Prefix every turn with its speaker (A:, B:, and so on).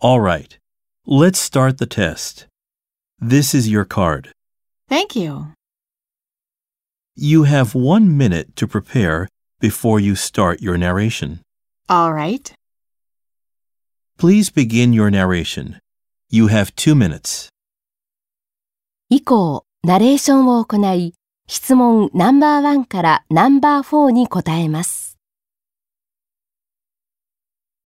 A: All right, let's start the test. This is your card.
B: Thank you.
A: You have one minute to prepare before you start your narration.
B: All right.
A: Please begin your narration. You have two minutes.
C: 以降、ナレーションを行い、質問ナンバーワンからナンバーフォーに答えます。